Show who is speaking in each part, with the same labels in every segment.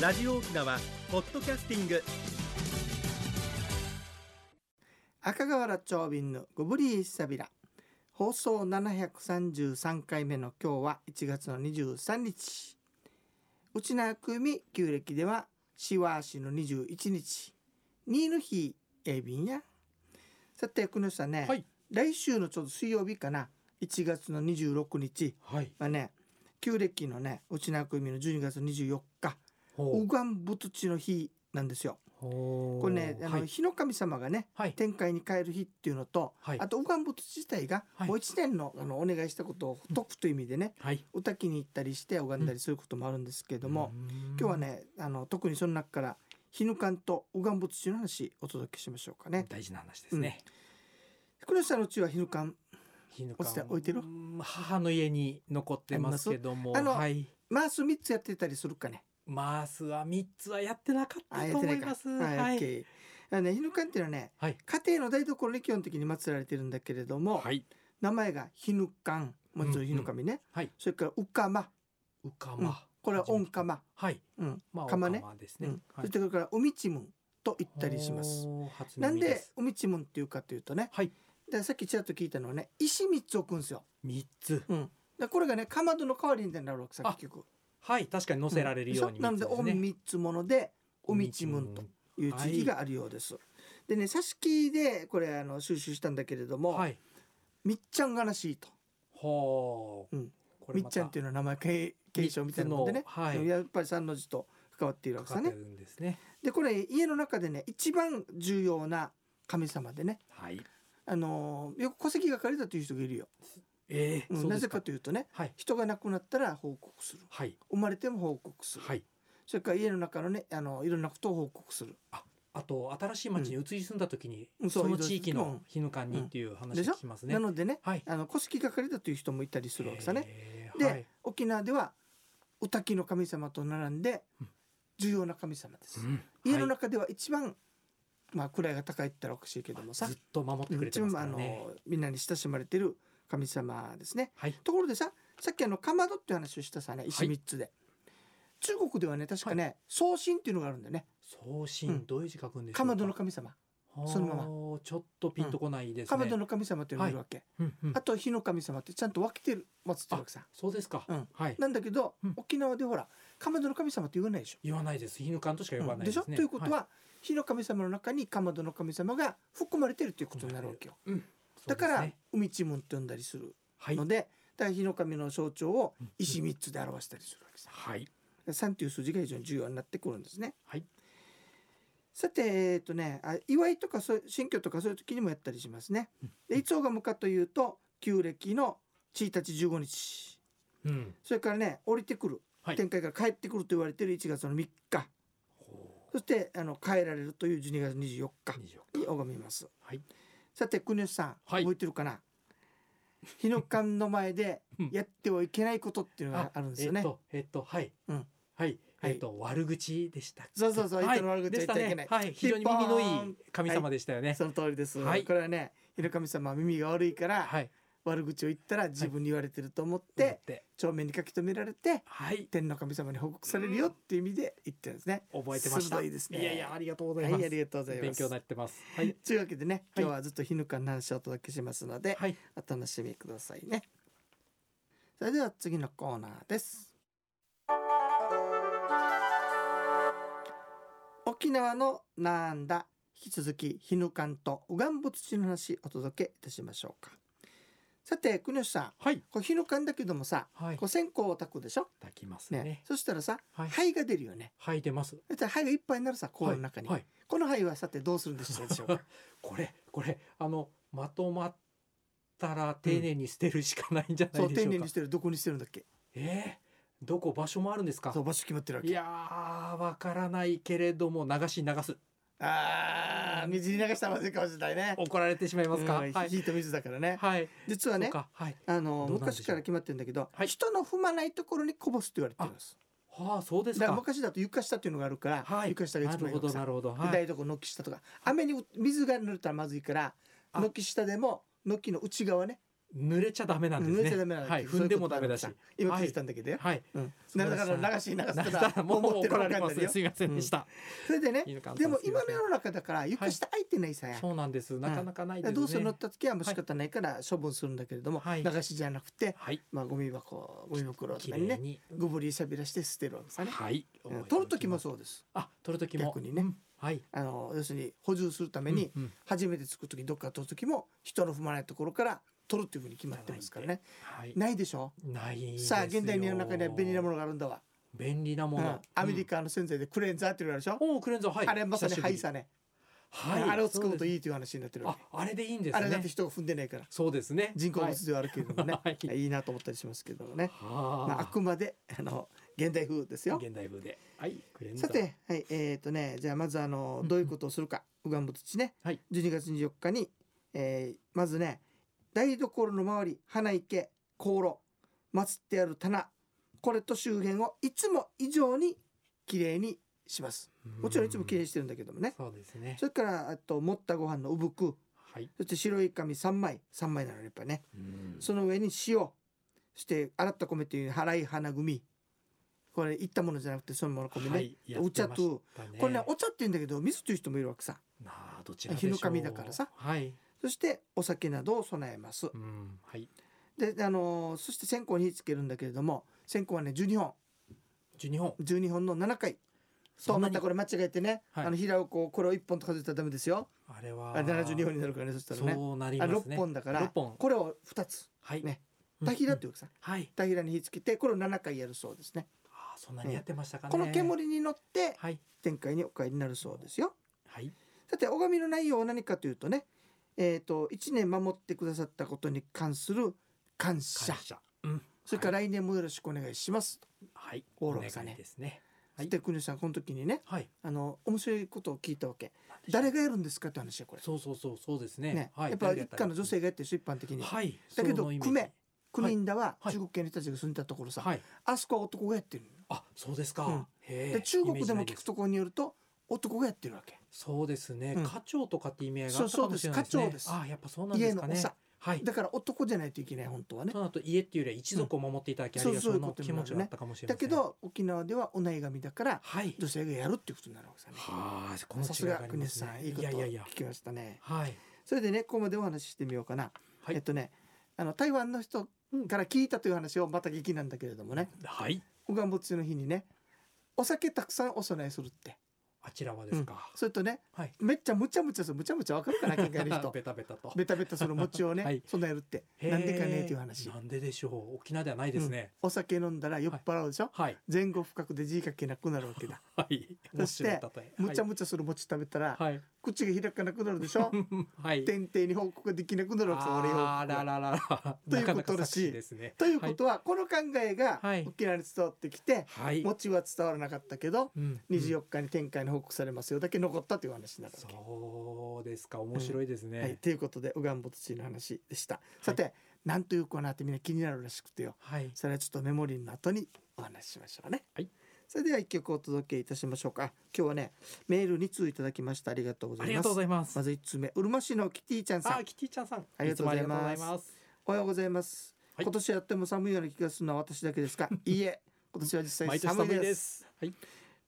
Speaker 1: ラジオ沖縄ポッドキャスティング
Speaker 2: 赤瓦町便のゴブリーサビラ放送733回目の今日は1月の23日うちなくみ旧暦ではしわしの21日にの日えびんやさてこのさんね、
Speaker 3: はい
Speaker 2: 来週のちょうど水曜日かな1月の26日
Speaker 3: はい。
Speaker 2: はね旧暦のねうちなくみの12月24日
Speaker 3: ほ
Speaker 2: おがんぶつちの日なんですよ
Speaker 3: ほう
Speaker 2: これねあの、
Speaker 3: はい。
Speaker 2: 日の神様がね
Speaker 3: はい。
Speaker 2: 天界に帰る日っていうのと、
Speaker 3: はい
Speaker 2: あと拝仏自体が
Speaker 3: はい
Speaker 2: もう一年の,、あのお願いしたことを解くという意味でね、
Speaker 3: はい。
Speaker 2: お焚きに行ったりして拝んだりすることもあるんですけれども、
Speaker 3: うーん
Speaker 2: 今日は。ねあの特にその中から日ぬかんと拝仏中の話お届けしましょうかね。
Speaker 3: 大事な話ですね。
Speaker 2: 黒石さんのうちは日ぬかん
Speaker 3: 日の
Speaker 2: 落ちて置いてる
Speaker 3: うーん母の家に残ってますけども、
Speaker 2: ありますあの
Speaker 3: はい。
Speaker 2: マース3つやってたりするかね。
Speaker 3: マースは三つはやってなかった
Speaker 2: や
Speaker 3: と
Speaker 2: って
Speaker 3: 思い
Speaker 2: か。
Speaker 3: ます。
Speaker 2: はい、
Speaker 3: は
Speaker 2: OK
Speaker 3: い。
Speaker 2: あのね、日ぬかんっていうのはね
Speaker 3: はい。
Speaker 2: 家庭の台所に基本的に祀られてるんだけれども、
Speaker 3: はい。
Speaker 2: 名前が日ぬかんもちろん日ぬかみね、
Speaker 3: はい。
Speaker 2: それからうかま、
Speaker 3: うか
Speaker 2: うん
Speaker 3: ま。
Speaker 2: これは音かま。
Speaker 3: はい。
Speaker 2: うん
Speaker 3: まあ、
Speaker 2: 釜ね
Speaker 3: お釜です
Speaker 2: う
Speaker 3: ね
Speaker 2: ん。
Speaker 3: は
Speaker 2: そ
Speaker 3: い
Speaker 2: してこれから「おみちむん」と言ったりします。
Speaker 3: ほう。初
Speaker 2: なん
Speaker 3: 耳で
Speaker 2: です「おみちむん」っていうかというとね
Speaker 3: はい。
Speaker 2: でさっきちらっと聞いたのはね石三つ置くんですよ。
Speaker 3: 三つ。
Speaker 2: うん、でこれがねかまどの代わりになるわけさ
Speaker 3: あ
Speaker 2: 結局。
Speaker 3: はい。確かに乗せられるように
Speaker 2: んそう
Speaker 3: 三
Speaker 2: なの
Speaker 3: つす
Speaker 2: で「
Speaker 3: ね。
Speaker 2: おみ三つもの」で「おみちむん」と
Speaker 3: 道
Speaker 2: いう地域があるようです。でね挿し木でこれあの収集したんだけれども、
Speaker 3: 門。はい。
Speaker 2: みっちゃんがらしいと。
Speaker 3: ほう。
Speaker 2: うん
Speaker 3: これ
Speaker 2: みっ
Speaker 3: ま
Speaker 2: ち
Speaker 3: た
Speaker 2: ゃんっていうのは名前継継承みたいなもんでね
Speaker 3: 三、つのはい。
Speaker 2: やっぱり三の字と関わっているわ
Speaker 3: か
Speaker 2: け
Speaker 3: か
Speaker 2: さ
Speaker 3: って
Speaker 2: ね
Speaker 3: る。んですね。
Speaker 2: でこれ家の中でね一番重要な神様でね
Speaker 3: はい。
Speaker 2: あのーよく戸籍が借りたという人がいるよ、
Speaker 3: ええ
Speaker 2: うん
Speaker 3: そうで
Speaker 2: な
Speaker 3: す
Speaker 2: ぜかというとね
Speaker 3: はい。
Speaker 2: 人が亡くなったら報告する
Speaker 3: はい。
Speaker 2: 生まれても報告する、
Speaker 3: はい。
Speaker 2: それから家の中のねあのいろんなことを報告する
Speaker 3: あと新しい町に移り住んだ時に、
Speaker 2: うんそう
Speaker 3: その地域
Speaker 2: 移動す
Speaker 3: の
Speaker 2: る
Speaker 3: 日の間にっていう話を聞きますね。
Speaker 2: なのでね
Speaker 3: はい。
Speaker 2: あの戸籍が借りたという人もいたりするわけさね、
Speaker 3: えー
Speaker 2: で、
Speaker 3: はい
Speaker 2: 沖縄ではお滝の神様と並んで
Speaker 3: うん
Speaker 2: 重要な神様です、
Speaker 3: うん
Speaker 2: 家の
Speaker 3: はい
Speaker 2: 中では一番、まあ位が高いって言ったらおかしいけどもさ
Speaker 3: ずっと守ってくれて
Speaker 2: 一
Speaker 3: ます
Speaker 2: 番
Speaker 3: か
Speaker 2: あ
Speaker 3: ら
Speaker 2: の
Speaker 3: ね。
Speaker 2: みんなに親しまれてる神様ですね
Speaker 3: はい。
Speaker 2: ところでささっきあのかまどって話をしたさね石
Speaker 3: はい
Speaker 2: 3つで、中国ではね確かね、送信っていうのがあるんだよね
Speaker 3: 送
Speaker 2: う
Speaker 3: 信
Speaker 2: ん
Speaker 3: どういう字書くんでしょ
Speaker 2: か
Speaker 3: う
Speaker 2: まどの神様そのまま
Speaker 3: ま。ちょっとピンとこないですね。
Speaker 2: かまどの神様っていうのがいるわけ、
Speaker 3: うんうん
Speaker 2: あと火の神様ってちゃんと分けてる祀ってるわけさ
Speaker 3: そうですか。
Speaker 2: うん
Speaker 3: はい。
Speaker 2: なんだけど、
Speaker 3: うん
Speaker 2: 沖縄でほらかまどの神様って言わないでしょ、
Speaker 3: 言わないです。日の間としか
Speaker 2: う
Speaker 3: 言わ
Speaker 2: ん
Speaker 3: ないで
Speaker 2: でし
Speaker 3: す
Speaker 2: ょ
Speaker 3: ね。
Speaker 2: ということ
Speaker 3: は
Speaker 2: は火の神様の中にかまどの神様が含まれてるということになるわけよ、
Speaker 3: い、うん
Speaker 2: だから、
Speaker 3: そうですね
Speaker 2: 海地門って呼んだりする
Speaker 3: はい
Speaker 2: の。で、だから火の神の象徴を
Speaker 3: うん
Speaker 2: 石3つで表したりするわけさ
Speaker 3: はい。
Speaker 2: 3という数字が非常に重要になってくるんですね
Speaker 3: はい。
Speaker 2: さて、えっとね、あ祝いとかそう新居とかそういう時にもやったりしますね。でいつ拝むかというと旧暦の1日15日
Speaker 3: うん。
Speaker 2: それからね降りてくる、
Speaker 3: はい
Speaker 2: 天界から帰ってくると言われている1月の3日
Speaker 3: ほ
Speaker 2: そしてあの帰られるという12月24
Speaker 3: う。
Speaker 2: 日
Speaker 3: 以上
Speaker 2: に拝みます。
Speaker 3: はい。
Speaker 2: さて国吉さん、
Speaker 3: はい
Speaker 2: 覚えてるか な日の館の前で
Speaker 3: うん
Speaker 2: やってはいけないことっていうのがあるんですよ
Speaker 3: え
Speaker 2: ね
Speaker 3: っ。と、えっと、はい。
Speaker 2: うん
Speaker 3: はい、
Speaker 2: はい
Speaker 3: えっと、悪口でしたっけ。
Speaker 2: そうそうそう
Speaker 3: はい
Speaker 2: 人の悪口は言っちゃいけない
Speaker 3: でしたねはい、非常に耳のいい神様でしたよね。
Speaker 2: その通りです、
Speaker 3: はい
Speaker 2: これはね日の神様は耳が悪いから、
Speaker 3: はい、
Speaker 2: 悪口を言ったら自分に言われてると思っ
Speaker 3: で、
Speaker 2: て、帳面に書き留められて
Speaker 3: はい、
Speaker 2: 天の神様に報告されるよっていう意味で言ってるんですね。
Speaker 3: 覚えてました。
Speaker 2: 鋭いですね
Speaker 3: いやいや、ありがとうござ
Speaker 2: はい
Speaker 3: ます。
Speaker 2: い、ありがとうございま
Speaker 3: 勉
Speaker 2: す。
Speaker 3: 強になってます。はい、
Speaker 2: というわけでね、
Speaker 3: はい
Speaker 2: 今日はずっと日ぬかの話をお届けしますので、
Speaker 3: はい、
Speaker 2: お楽しみくださいね。それでは次のコーナーです。沖縄のなんだ引き続き日ぬかんとうがんぼ土の話お届けいたしましょうか。さて国吉さん、
Speaker 3: はい、
Speaker 2: こう日ぬかんだけどもさ、
Speaker 3: はい、い
Speaker 2: こう線香を炊くでしょ。
Speaker 3: ただきます
Speaker 2: ね
Speaker 3: ね。
Speaker 2: そしたらさ、
Speaker 3: はい
Speaker 2: 灰が出るよね。
Speaker 3: はい、出ます。
Speaker 2: だって灰がいっぱいになるさ、コーの中に。
Speaker 3: はい、はい
Speaker 2: この灰はさてどうするんで しょうでしょうか。
Speaker 3: これ、これ、あの、まとまったら、丁寧に捨てるしかないんじゃな
Speaker 2: そ
Speaker 3: いうでし
Speaker 2: 丁
Speaker 3: ょう
Speaker 2: 寧
Speaker 3: か
Speaker 2: にし。てるどこにしてるんだっけ。
Speaker 3: ええ、どこ場所もあるんですか
Speaker 2: そう。場所決まってるわ
Speaker 3: い
Speaker 2: け。
Speaker 3: やー、わからないけれども、流し流す。
Speaker 2: ああ水に流したらまずいかもしれないね。
Speaker 3: 怒られてしまいますか。
Speaker 2: うん
Speaker 3: はい。
Speaker 2: 火と水だからね。
Speaker 3: はい。
Speaker 2: 実は
Speaker 3: そう
Speaker 2: ね、
Speaker 3: か。はい。
Speaker 2: あの
Speaker 3: どうなんでしょう
Speaker 2: 昔から決まってるんだけど、
Speaker 3: はい
Speaker 2: 人の踏まないところにこぼすって言われてるんです。
Speaker 3: はあ、そうです
Speaker 2: だから
Speaker 3: か。
Speaker 2: 昔だと床下っていうのがあるから、
Speaker 3: はい。
Speaker 2: 床下が
Speaker 3: な
Speaker 2: 一
Speaker 3: る
Speaker 2: 番い
Speaker 3: ほ
Speaker 2: い
Speaker 3: ど、
Speaker 2: さ
Speaker 3: な。るほど。
Speaker 2: で
Speaker 3: はい。
Speaker 2: 台所軒下とか、雨に水が濡れたらまずいから、
Speaker 3: あ
Speaker 2: 軒下でも軒の内側ね、
Speaker 3: 濡れちゃダメなんですね。
Speaker 2: 濡れちゃダメなの
Speaker 3: はい、踏んでもダメだし
Speaker 2: そういう。ことなのさ今気づいたんだけどよ、
Speaker 3: はい。
Speaker 2: うん、だから流し流
Speaker 3: な
Speaker 2: す
Speaker 3: ん
Speaker 2: か
Speaker 3: だ
Speaker 2: ら
Speaker 3: もう
Speaker 2: 思ってる
Speaker 3: 怒ら
Speaker 2: わけな
Speaker 3: れま
Speaker 2: ん
Speaker 3: す
Speaker 2: だけ
Speaker 3: ね。
Speaker 2: ど
Speaker 3: すいませんでした。
Speaker 2: それでね
Speaker 3: 犬飼さん
Speaker 2: でも
Speaker 3: すいま
Speaker 2: 今
Speaker 3: せ
Speaker 2: の
Speaker 3: ん
Speaker 2: 世の中だから床下空いてないさや、
Speaker 3: そうなんです。なかなかないですね。
Speaker 2: どうせ乗った時はもう仕方ないから処分するんだけれども、
Speaker 3: はい
Speaker 2: 流しじゃなくて、
Speaker 3: はい。
Speaker 2: まあ、ゴミ箱ゴミ袋と
Speaker 3: 綺
Speaker 2: かに
Speaker 3: 麗
Speaker 2: ね
Speaker 3: に。
Speaker 2: ゴブリしゃびらして捨てるわけさね、
Speaker 3: はい。
Speaker 2: うん取る時もそうです
Speaker 3: あ、取る時も
Speaker 2: 逆。にね、
Speaker 3: はい。
Speaker 2: あの要するに補充するために
Speaker 3: うんうん
Speaker 2: 初めてつく時どっか取る時も人の踏まないところから取るっていうふうに決まってますからね
Speaker 3: はい。
Speaker 2: ないでしょ
Speaker 3: ないですよ。
Speaker 2: さあ現代の世の中には便利なものがあるんだわ、
Speaker 3: 便利なも
Speaker 2: うん
Speaker 3: の。
Speaker 2: アメリカの洗剤でクレンザーって言うのあるでしょ、
Speaker 3: おおークレンザーはい。
Speaker 2: あれまさに
Speaker 3: 久しぶ
Speaker 2: ハ
Speaker 3: り
Speaker 2: イさね、
Speaker 3: はい。
Speaker 2: あれを使う
Speaker 3: そで
Speaker 2: と
Speaker 3: す
Speaker 2: いいという話になってるわ
Speaker 3: あ
Speaker 2: け、
Speaker 3: あれでいいんです
Speaker 2: あれだって
Speaker 3: ね。
Speaker 2: 人が踏んでないから
Speaker 3: そうですね。
Speaker 2: 人工物ではあるけれどもね、
Speaker 3: はい
Speaker 2: い、いなと思ったりしますけどもねまあ、あ
Speaker 3: は
Speaker 2: くまであの現代風ですよ
Speaker 3: あ。現代風で。はい。クレンザー。
Speaker 2: さて、はい、えっ、とね、じゃあまずあ
Speaker 3: う
Speaker 2: の
Speaker 3: んうん
Speaker 2: どういうことをするか、うがんぼ土ね、
Speaker 3: はい
Speaker 2: 12月24日に、えーまずね、台所の周り、花池、香炉、祀ってある棚、これと周辺をいつも以上に綺麗にします。もちろんいつも綺麗
Speaker 3: う
Speaker 2: にしてるんだけどもね。
Speaker 3: そうですね
Speaker 2: そ。れから、あと、持ったご飯の産く、
Speaker 3: はい。
Speaker 2: そして白い紙3枚、3枚なのねやっぱりね。
Speaker 3: うん
Speaker 2: その上に塩、そして洗った米という払い花組。これ、いったものじゃなくて、そのもの米ね。
Speaker 3: はいやってましたね
Speaker 2: お茶とこれね、お茶って言うんだけど、水という人もいるわけさ。
Speaker 3: なあどちらでし
Speaker 2: 日
Speaker 3: ょう
Speaker 2: の神だからさ
Speaker 3: はい、
Speaker 2: そして、お酒などを備えます
Speaker 3: う。ん、はい
Speaker 2: で、あのーそして線香に火つけるんだけれども、線香はね、12本、
Speaker 3: 十二本
Speaker 2: 12本の7回。
Speaker 3: そ
Speaker 2: と、
Speaker 3: んな
Speaker 2: ま
Speaker 3: に
Speaker 2: たこれ間違えてね、
Speaker 3: はい
Speaker 2: あの、平をこう、これを1本と数えたらダメですよ。
Speaker 3: あれは
Speaker 2: あれ72本になるからね、そしたらね。
Speaker 3: そうなり
Speaker 2: あ
Speaker 3: ます
Speaker 2: 6
Speaker 3: ね
Speaker 2: 本だから
Speaker 3: 六、本
Speaker 2: これを2つ。
Speaker 3: はい
Speaker 2: ね
Speaker 3: うん
Speaker 2: タヒラっていうわけさ。
Speaker 3: はい
Speaker 2: タヒラに火つけて、これを7回やるそうですね。
Speaker 3: あーそんなにやってましたかね
Speaker 2: この煙に乗って、
Speaker 3: はい
Speaker 2: 展開にお帰りになるそうですよ。
Speaker 3: はい
Speaker 2: さて拝みの内容は何かというとね、えー、と1年守ってくださったことに関する感謝
Speaker 3: 感謝うん
Speaker 2: それから来年もよろしくお願いします、
Speaker 3: はい
Speaker 2: オーロラさね
Speaker 3: お願いですねは
Speaker 2: そ
Speaker 3: い
Speaker 2: して国吉さんこの時にね
Speaker 3: はい
Speaker 2: あの面白いことを聞いたわけ
Speaker 3: なんでしょう
Speaker 2: 誰がやるんですかって話よこれ、
Speaker 3: そうそうそうそうですね
Speaker 2: ね
Speaker 3: はい
Speaker 2: やっぱ
Speaker 3: 誰が
Speaker 2: 一
Speaker 3: った
Speaker 2: 家
Speaker 3: ら
Speaker 2: の女性がやってるでしょ一般的に、
Speaker 3: はい
Speaker 2: だけど
Speaker 3: そのイメージ
Speaker 2: 久米国ンだは
Speaker 3: はい
Speaker 2: 中国系の人たちが住んでたところさ、
Speaker 3: はい
Speaker 2: あそこは男がやってるのよ
Speaker 3: あそうですか、
Speaker 2: うん
Speaker 3: へえ
Speaker 2: で中国
Speaker 3: イ
Speaker 2: でも
Speaker 3: メージない
Speaker 2: 聞くところによると男がやってるわけ
Speaker 3: そうですね、
Speaker 2: うん
Speaker 3: 課長とかって意味合いがあったかもしれないです
Speaker 2: そうそう
Speaker 3: ね
Speaker 2: です課長です
Speaker 3: あーやっぱそうなんですかね
Speaker 2: 家の長
Speaker 3: はい
Speaker 2: だから男じゃないといけない本当はね
Speaker 3: そうなると家っていうよりは一族を守っていただきありがと
Speaker 2: そうそういううこ
Speaker 3: の
Speaker 2: とに
Speaker 3: 気
Speaker 2: なるね
Speaker 3: 持ちがあったかもしれま
Speaker 2: だ
Speaker 3: せ
Speaker 2: け
Speaker 3: ん、
Speaker 2: ど沖縄ではお悩みだから
Speaker 3: はい
Speaker 2: 女性がやるっていうことになるわけさね
Speaker 3: はあ、この
Speaker 2: さす
Speaker 3: 違い
Speaker 2: が
Speaker 3: があり
Speaker 2: 国
Speaker 3: ま
Speaker 2: 根
Speaker 3: す
Speaker 2: さ
Speaker 3: ね。
Speaker 2: んいいこと
Speaker 3: やいやい
Speaker 2: 聞
Speaker 3: や。
Speaker 2: きましたね
Speaker 3: はい。
Speaker 2: それでねここまでお話ししてみようかな、
Speaker 3: はい
Speaker 2: えっとねあの台湾の人から聞いたという話をまた劇なんだけれどもね
Speaker 3: はい。
Speaker 2: おがんぼつゆの日にねお酒たくさんお供えするって
Speaker 3: あちらはですか。
Speaker 2: それとね
Speaker 3: はい。
Speaker 2: めっちゃむちゃむちゃするむちゃむちゃわかるかな県外 の人
Speaker 3: ベタベタと。
Speaker 2: ベタベタその餅をね、
Speaker 3: はい
Speaker 2: 備えるって
Speaker 3: へえ
Speaker 2: なんでかねっていう話
Speaker 3: なんででしょう。沖縄ではないですね。
Speaker 2: お酒飲んだら酔っ払うでしょ、
Speaker 3: はい。
Speaker 2: 前後不覚で字書けなくなるわけだ
Speaker 3: はい。
Speaker 2: そし
Speaker 3: 面白い
Speaker 2: て
Speaker 3: 例え
Speaker 2: むちゃ
Speaker 3: は
Speaker 2: むちゃする餅食べたら、
Speaker 3: い。はい。
Speaker 2: 口が開かなくなるでし ょ
Speaker 3: はい。
Speaker 2: 天帝に報告ができなくなるわけさ俺
Speaker 3: あらら
Speaker 2: よ。
Speaker 3: らら。
Speaker 2: ということら
Speaker 3: なかなか作
Speaker 2: しい
Speaker 3: 詞ですね。
Speaker 2: ということは、この考えが
Speaker 3: はい
Speaker 2: 沖縄に伝わってきて、
Speaker 3: はい。
Speaker 2: もちは伝わらなかったけど
Speaker 3: うん
Speaker 2: 24日に展開に報告されますよだけ残ったという話になるわけ。
Speaker 3: そうですか。面白いです
Speaker 2: はい、
Speaker 3: ね。
Speaker 2: ということで「うがんぼ土」の話でした。さて、なんというコーナーってみんな気になるらしくてよ
Speaker 3: はい。
Speaker 2: それはちょっとメモリーの後にお話ししましょうね。
Speaker 3: はい
Speaker 2: それでは一曲お届けいたしましょうか。あ今日はねメール2通いただきましたありがとうござ
Speaker 3: あ
Speaker 2: い
Speaker 3: り
Speaker 2: ま
Speaker 3: が
Speaker 2: す。
Speaker 3: とうござ
Speaker 2: ま
Speaker 3: います。
Speaker 2: ず1通目うるま市のキティちゃんさん
Speaker 3: あ、キティちゃんさん。
Speaker 2: ありがとうございます
Speaker 3: つもありがとうございます。
Speaker 2: おはようございます、
Speaker 3: はい
Speaker 2: 今年やっても寒いような気がするのは私だけですかいいえ今年は実際
Speaker 3: 毎年
Speaker 2: 寒
Speaker 3: 寒
Speaker 2: いで
Speaker 3: い
Speaker 2: す
Speaker 3: です。はい。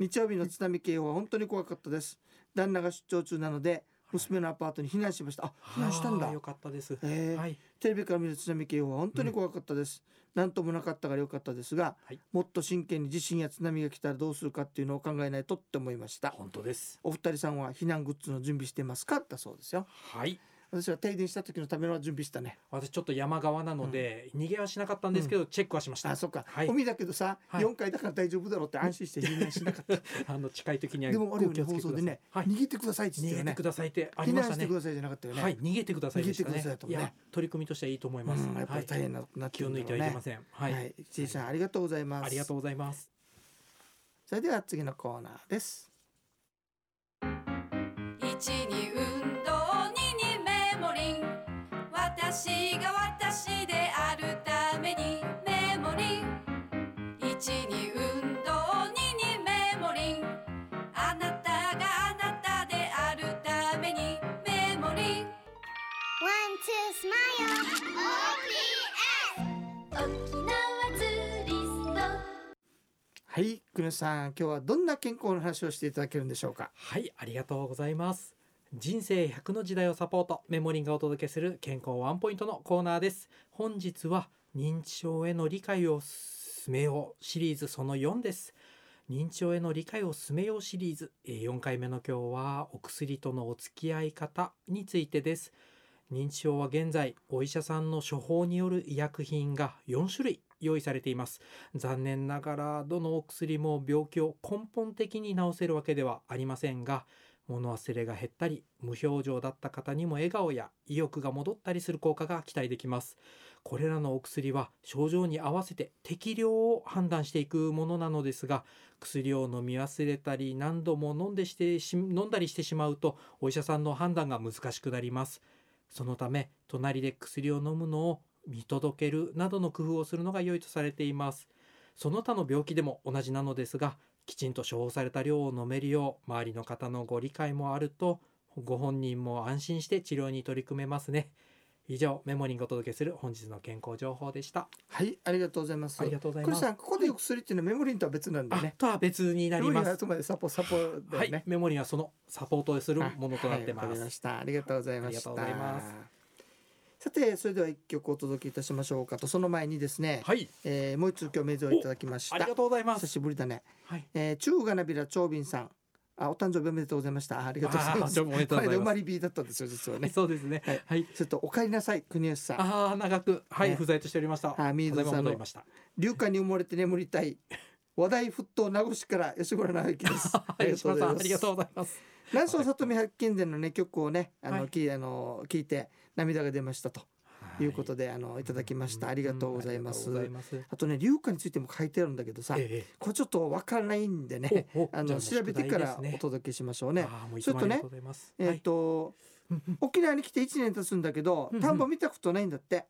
Speaker 2: 日曜日の津波警報は本当に怖かったです旦那が出張中なので娘のアパートに避難しましたあ避難したんだ
Speaker 3: あーよかったです。
Speaker 2: えー
Speaker 3: はい。
Speaker 2: テレビから見る津波警報は本当に怖かったです、なん、ともなかったから良かったですが、
Speaker 3: はい
Speaker 2: もっと真剣に地震や津波が来たらどうするかっていうのを考えないとって思いました
Speaker 3: 本当です。
Speaker 2: お二人さんは避難グッズの準備してますかだそうですよ
Speaker 3: はい。
Speaker 2: 私は停電した時のための準備したね
Speaker 3: 私ちょっと山側なので、逃げはしなかったんですけど、チェックはしました。
Speaker 2: あそっか、
Speaker 3: はい
Speaker 2: 海だけどさ、
Speaker 3: はい
Speaker 2: 4階だから大丈夫だろうって安心して避難しなかった
Speaker 3: あの 近い時には
Speaker 2: でもあれよね
Speaker 3: お気をつ
Speaker 2: 放
Speaker 3: けくだ
Speaker 2: 送で
Speaker 3: さい
Speaker 2: ね、
Speaker 3: はい、
Speaker 2: 逃げてくださいって言
Speaker 3: 逃
Speaker 2: って
Speaker 3: げ
Speaker 2: た
Speaker 3: てく
Speaker 2: よね。
Speaker 3: ださいってあ
Speaker 2: 避
Speaker 3: りま
Speaker 2: 難
Speaker 3: した
Speaker 2: して
Speaker 3: ね
Speaker 2: く。ださいじゃなかったよね。
Speaker 3: はい、逃げてくださいでした
Speaker 2: 逃げ
Speaker 3: ね
Speaker 2: てください。と
Speaker 3: い
Speaker 2: もね
Speaker 3: や、取り組みとしてはいいと思います。
Speaker 2: うん、やっぱり
Speaker 3: は
Speaker 2: 大
Speaker 3: い、
Speaker 2: 変なことになって
Speaker 3: 気
Speaker 2: く
Speaker 3: を
Speaker 2: るん
Speaker 3: 抜いて
Speaker 2: だろ
Speaker 3: はいけ
Speaker 2: うね
Speaker 3: ま。せん。は、
Speaker 2: はいい、ちいさんありがとうございます。
Speaker 3: ありがとうございます。
Speaker 2: それでは次のコーナーです。
Speaker 4: 一に運動二にメモリン私が私であるためにメモリン一に運動二にメモリンあなたがあなたであるためにメモリン
Speaker 5: One, two, smile. Okay.
Speaker 2: 久野さん今日はどんな健康の話をしていただけるんでしょうか
Speaker 3: はい、ありがとうございます。人生100の時代をサポート、メモリンがお届けする健康ワンポイントのコーナーです。本日は認知症への理解を進めようシリーズその4です。認知症への理解を進めようシリーズ、えー4回目の今日はお薬とのお付き合い方についてです。認知症は現在、お医者さんの処方による医薬品が4種類用意されています。残念ながらどのお薬も病気を根本的に治せるわけではありませんが物忘れが減ったり無表情だった方にも笑顔や意欲が戻ったりする効果が期待できますこれらのお薬は症状に合わせて適量を判断していくものなのですが薬を飲み忘れたり何度も飲んでしてし飲んだりしてしまうとお医者さんの判断が難しくなりますそのため隣で薬を飲むのを見届けるなどの工夫をするのが良いとされていますその他の病気でも同じなのですがきちんと処方された量を飲めるよう周りの方のご理解もあるとご本人も安心して治療に取り組めますね以上メモリンがお届けする本日の健康情報でした
Speaker 2: はいありがとうございます
Speaker 3: ありがとうござい
Speaker 2: 久
Speaker 3: ま
Speaker 2: 野
Speaker 3: す
Speaker 2: さんここでお薬っていうのはメモリンとは別なんだ
Speaker 3: あ
Speaker 2: よね
Speaker 3: とは別にな
Speaker 2: メ
Speaker 3: り
Speaker 2: モリン
Speaker 3: ま
Speaker 2: はあ
Speaker 3: す
Speaker 2: くまでサポサポだ
Speaker 3: は
Speaker 2: よね
Speaker 3: い、メモリンはそのサポートをするものとなって
Speaker 2: はい
Speaker 3: ま
Speaker 2: わか
Speaker 3: す、
Speaker 2: りました。ありがとうございまし
Speaker 3: あり
Speaker 2: た。
Speaker 3: がとうございます
Speaker 2: さて、それでは一曲お届けいたしましょうかと、その前にですね、
Speaker 3: はい、
Speaker 2: えーもう一通今日メールをいただきまし
Speaker 3: あり
Speaker 2: た
Speaker 3: が。とうございます
Speaker 2: 久しぶりだね。
Speaker 3: はい。
Speaker 2: えー、中がなびら長瓶さん。あ、お誕生日おめでとうございました。あありがとうございま
Speaker 3: あー
Speaker 2: す。
Speaker 3: どうもおめでとうございます
Speaker 2: これで生まれ日だったんですよ、実はね。
Speaker 3: そうですね
Speaker 2: はい
Speaker 3: はい
Speaker 2: ちょっとお帰りなさい、国吉さん。
Speaker 3: ああ長くはい、
Speaker 2: ね
Speaker 3: 不在としておりました。
Speaker 2: あー水野さん
Speaker 3: た
Speaker 2: の
Speaker 3: だいま戻りました。
Speaker 2: 流化に埋もれて眠りたい。話題沸騰名護市から吉村直之 です。ありがとうござい
Speaker 3: あ
Speaker 2: ま
Speaker 3: りが
Speaker 2: す
Speaker 3: と。うございます。
Speaker 2: 南総里見発見伝のね曲をねあの、
Speaker 3: はい
Speaker 2: きあの聞いて涙が出ましたということで、あのいただきました、
Speaker 3: うん
Speaker 2: ありがとうございます、
Speaker 3: あり
Speaker 2: あ
Speaker 3: がとうございます
Speaker 2: とね流化についても書いてあるんだけどさ、
Speaker 3: え
Speaker 2: これちょっとわからないんで
Speaker 3: え
Speaker 2: ね
Speaker 3: おお
Speaker 2: あ
Speaker 3: じゃ
Speaker 2: の
Speaker 3: もう
Speaker 2: 調べて
Speaker 3: 宿題
Speaker 2: からお
Speaker 3: ですね
Speaker 2: 届けしましょうね
Speaker 3: あーもうい
Speaker 2: ち
Speaker 3: つ
Speaker 2: ょっ
Speaker 3: も
Speaker 2: とね
Speaker 3: ありがとうございます。
Speaker 2: えっ、と、沖縄に来て1年経つんだけど
Speaker 3: うんうん
Speaker 2: 田んぼ見たことないんだって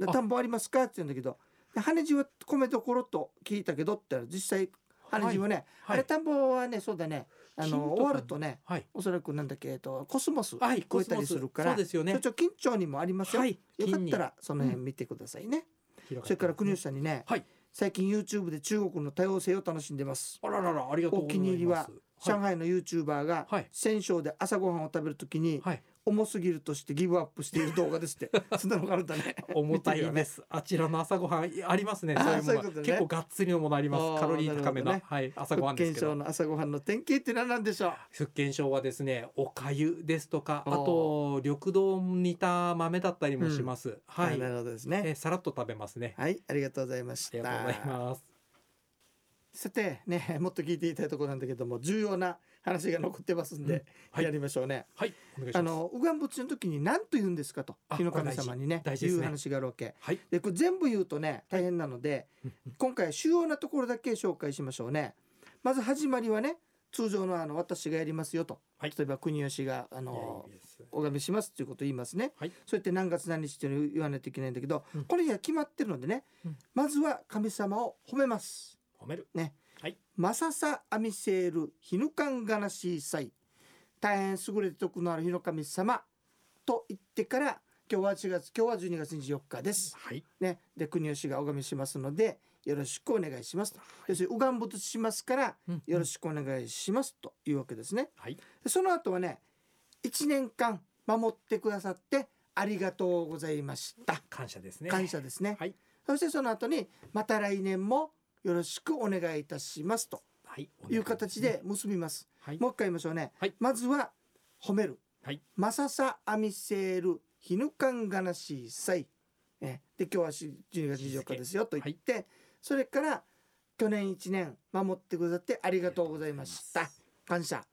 Speaker 2: で
Speaker 3: あ
Speaker 2: 田んぼありますかって言うんだけどで羽地は米どころと聞いたけどって言ったら実際
Speaker 3: はい
Speaker 2: 羽地はね、
Speaker 3: はい
Speaker 2: あれ田んぼはねそうだねあ
Speaker 3: 金とか
Speaker 2: の
Speaker 3: ね
Speaker 2: 終わるとね
Speaker 3: はい
Speaker 2: おそらくなんだっけ、えっと、コスモス
Speaker 3: はい
Speaker 2: 超えたりするから
Speaker 3: そうですよね。
Speaker 2: ちょっと緊張にもありますよ、
Speaker 3: はい
Speaker 2: よかった
Speaker 3: 筋
Speaker 2: らその辺見てください
Speaker 3: 広がっ
Speaker 2: ね、
Speaker 3: てますね
Speaker 2: それから国吉さんにね、
Speaker 3: はい
Speaker 2: 最近 YouTube で中国の多様性を楽しんでます、
Speaker 3: あらららありがとうございます。
Speaker 2: お気に入りは上
Speaker 3: は
Speaker 2: 海の YouTuber が
Speaker 3: はい
Speaker 2: 戦勝で朝ごはんを食べるときに
Speaker 3: い、はい
Speaker 2: 重すぎるとしてギブアップしている動画ですって そんなのがあるんだね
Speaker 3: 重た
Speaker 2: 見てるよ
Speaker 3: い
Speaker 2: ね
Speaker 3: です。あちらの朝ごはんありますね。
Speaker 2: あー
Speaker 3: そういうものが
Speaker 2: そういうことね
Speaker 3: 結構がっつりのものあり
Speaker 2: あ
Speaker 3: ま
Speaker 2: ー
Speaker 3: す。カロリー高めな
Speaker 2: なる
Speaker 3: はい朝ごは
Speaker 2: 福
Speaker 3: んです
Speaker 2: 建
Speaker 3: けど
Speaker 2: 省。の朝ごはんの典型って何なんでしょう
Speaker 3: 福建省はですねおかゆですとかあ
Speaker 2: あー
Speaker 3: と緑豆を煮た豆だったりもします、は
Speaker 2: あ
Speaker 3: い
Speaker 2: なるほどです
Speaker 3: え
Speaker 2: ね
Speaker 3: ーさらっと食べますねあ
Speaker 2: はいありがとうございました
Speaker 3: りがとうございます
Speaker 2: さてねもっと聞いていたいところなんだけども重要な話が残ってますんで、
Speaker 3: はい
Speaker 2: やりましょうね
Speaker 3: はいお願いします
Speaker 2: あの右岸墓地の時に何と言うんですかと
Speaker 3: あ
Speaker 2: 日の神様にね
Speaker 3: これ大事大事ですね
Speaker 2: 言う話があるわけ
Speaker 3: はい
Speaker 2: でこれ全部言うとね大変なので
Speaker 3: うん
Speaker 2: 今回は主要なところだけ紹介しましょうねまず始まりはね通常のあの私がやりますよと、
Speaker 3: はい
Speaker 2: 例えば国吉があ
Speaker 3: いや
Speaker 2: の
Speaker 3: いいです
Speaker 2: お拝みしますということを言いますね、
Speaker 3: はい
Speaker 2: そうやって何月何日というのを言わないといけないんだけど、
Speaker 3: うん
Speaker 2: この日は決まってるのでね、
Speaker 3: うん
Speaker 2: まずは神様を褒めます
Speaker 3: 褒める
Speaker 2: マササアミセールヒヌカンガナシーサイ大変優れて徳のある日の神様と言ってから今日は4月今日は12月24日です。
Speaker 3: はい
Speaker 2: ね、で国吉が拝みしますのでよろしくお願いしますと。要するに拝んぼとしますから
Speaker 3: うん
Speaker 2: よろしくお願いしますというわけですね。
Speaker 3: はい
Speaker 2: でその後はね1年間守ってくださってありがとうございました。
Speaker 3: 感謝ですね
Speaker 2: 感謝ですね。
Speaker 3: はい
Speaker 2: そしてその後にまた来年もよろしくお願いいたしますと。
Speaker 3: はいお願
Speaker 2: いう
Speaker 3: します
Speaker 2: 形で結びます。
Speaker 3: はい
Speaker 2: もう一回言いましょうね。
Speaker 3: はい
Speaker 2: まずは褒める。
Speaker 3: はい
Speaker 2: マササアミセールヒヌカンガナシーサイ。えで今日はし12月24日ですよと言って、それから去年1年守ってくださってありがとうございました。感謝。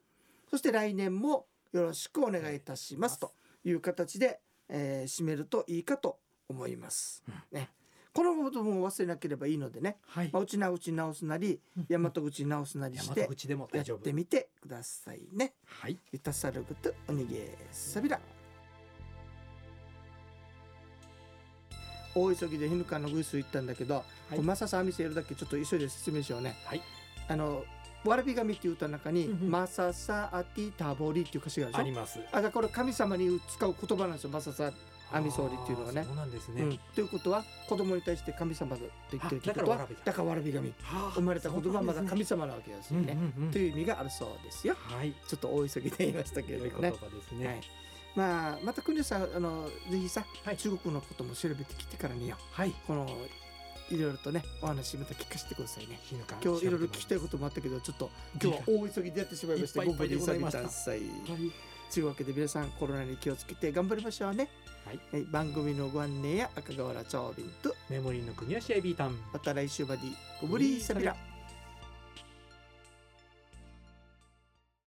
Speaker 2: そして来年もよろしくお願いいたしますという形で、えー締めるといいかと思います。ね。この部分を忘れなければいいのでね。
Speaker 3: はい
Speaker 2: まあ、うちなうち直すなり
Speaker 3: うん
Speaker 2: 大和口直すなりし
Speaker 3: 山
Speaker 2: て
Speaker 3: 口でも
Speaker 2: や
Speaker 3: 大丈
Speaker 2: っ
Speaker 3: 夫
Speaker 2: てみてくださいね。
Speaker 3: はい
Speaker 2: ゆたさるぐとおにげさびら。大急ぎでヒヌカンのグイス行ったんだけど、こうマササアミセールだけちょっと一緒で説明しようね。
Speaker 3: はい
Speaker 2: あのわらび神っていう歌の中に
Speaker 3: うんうん
Speaker 2: 「マササアティタボリ」っていう歌詞があ
Speaker 3: あ
Speaker 2: る
Speaker 3: り
Speaker 2: でしょ
Speaker 3: ます
Speaker 2: あだからこれ神様に使う言葉なんですよマササ阿弥陀利っていうのは
Speaker 3: あー
Speaker 2: ね
Speaker 3: そうなんですね、
Speaker 2: うん、ということは子供に対して神様だと言ってるということ
Speaker 3: あ
Speaker 2: はだ
Speaker 3: だか
Speaker 2: か
Speaker 3: らら
Speaker 2: わらび神生まれた言葉はまだ神様なわけですよね、
Speaker 3: うんうんうん
Speaker 2: という意味があるそうですよ
Speaker 3: はい
Speaker 2: ちょっと大急ぎで言いましたけれ
Speaker 3: 良い
Speaker 2: ども
Speaker 3: 言葉
Speaker 2: ね
Speaker 3: ですね、
Speaker 2: はい、まあまた国さんあのぜひさ、
Speaker 3: はい
Speaker 2: 中国のことも調べてきてからによ
Speaker 3: はい
Speaker 2: このいろいろとねお話また聞かせてくださいね
Speaker 3: 日の川
Speaker 2: 今日いろいろ
Speaker 3: 調べ
Speaker 2: 聞
Speaker 3: ても
Speaker 2: きたいこともあったけどちょっ と今日は大急ぎでやってしまいました
Speaker 3: いっぱいいっぱいでございました
Speaker 2: たというわけで皆さんコロナに気をつけて頑張りましょうね、
Speaker 3: はい
Speaker 2: え番組のご案内や赤瓦長瓶と
Speaker 3: メモリーの国はシェイビータン
Speaker 2: また来週までご無理さびら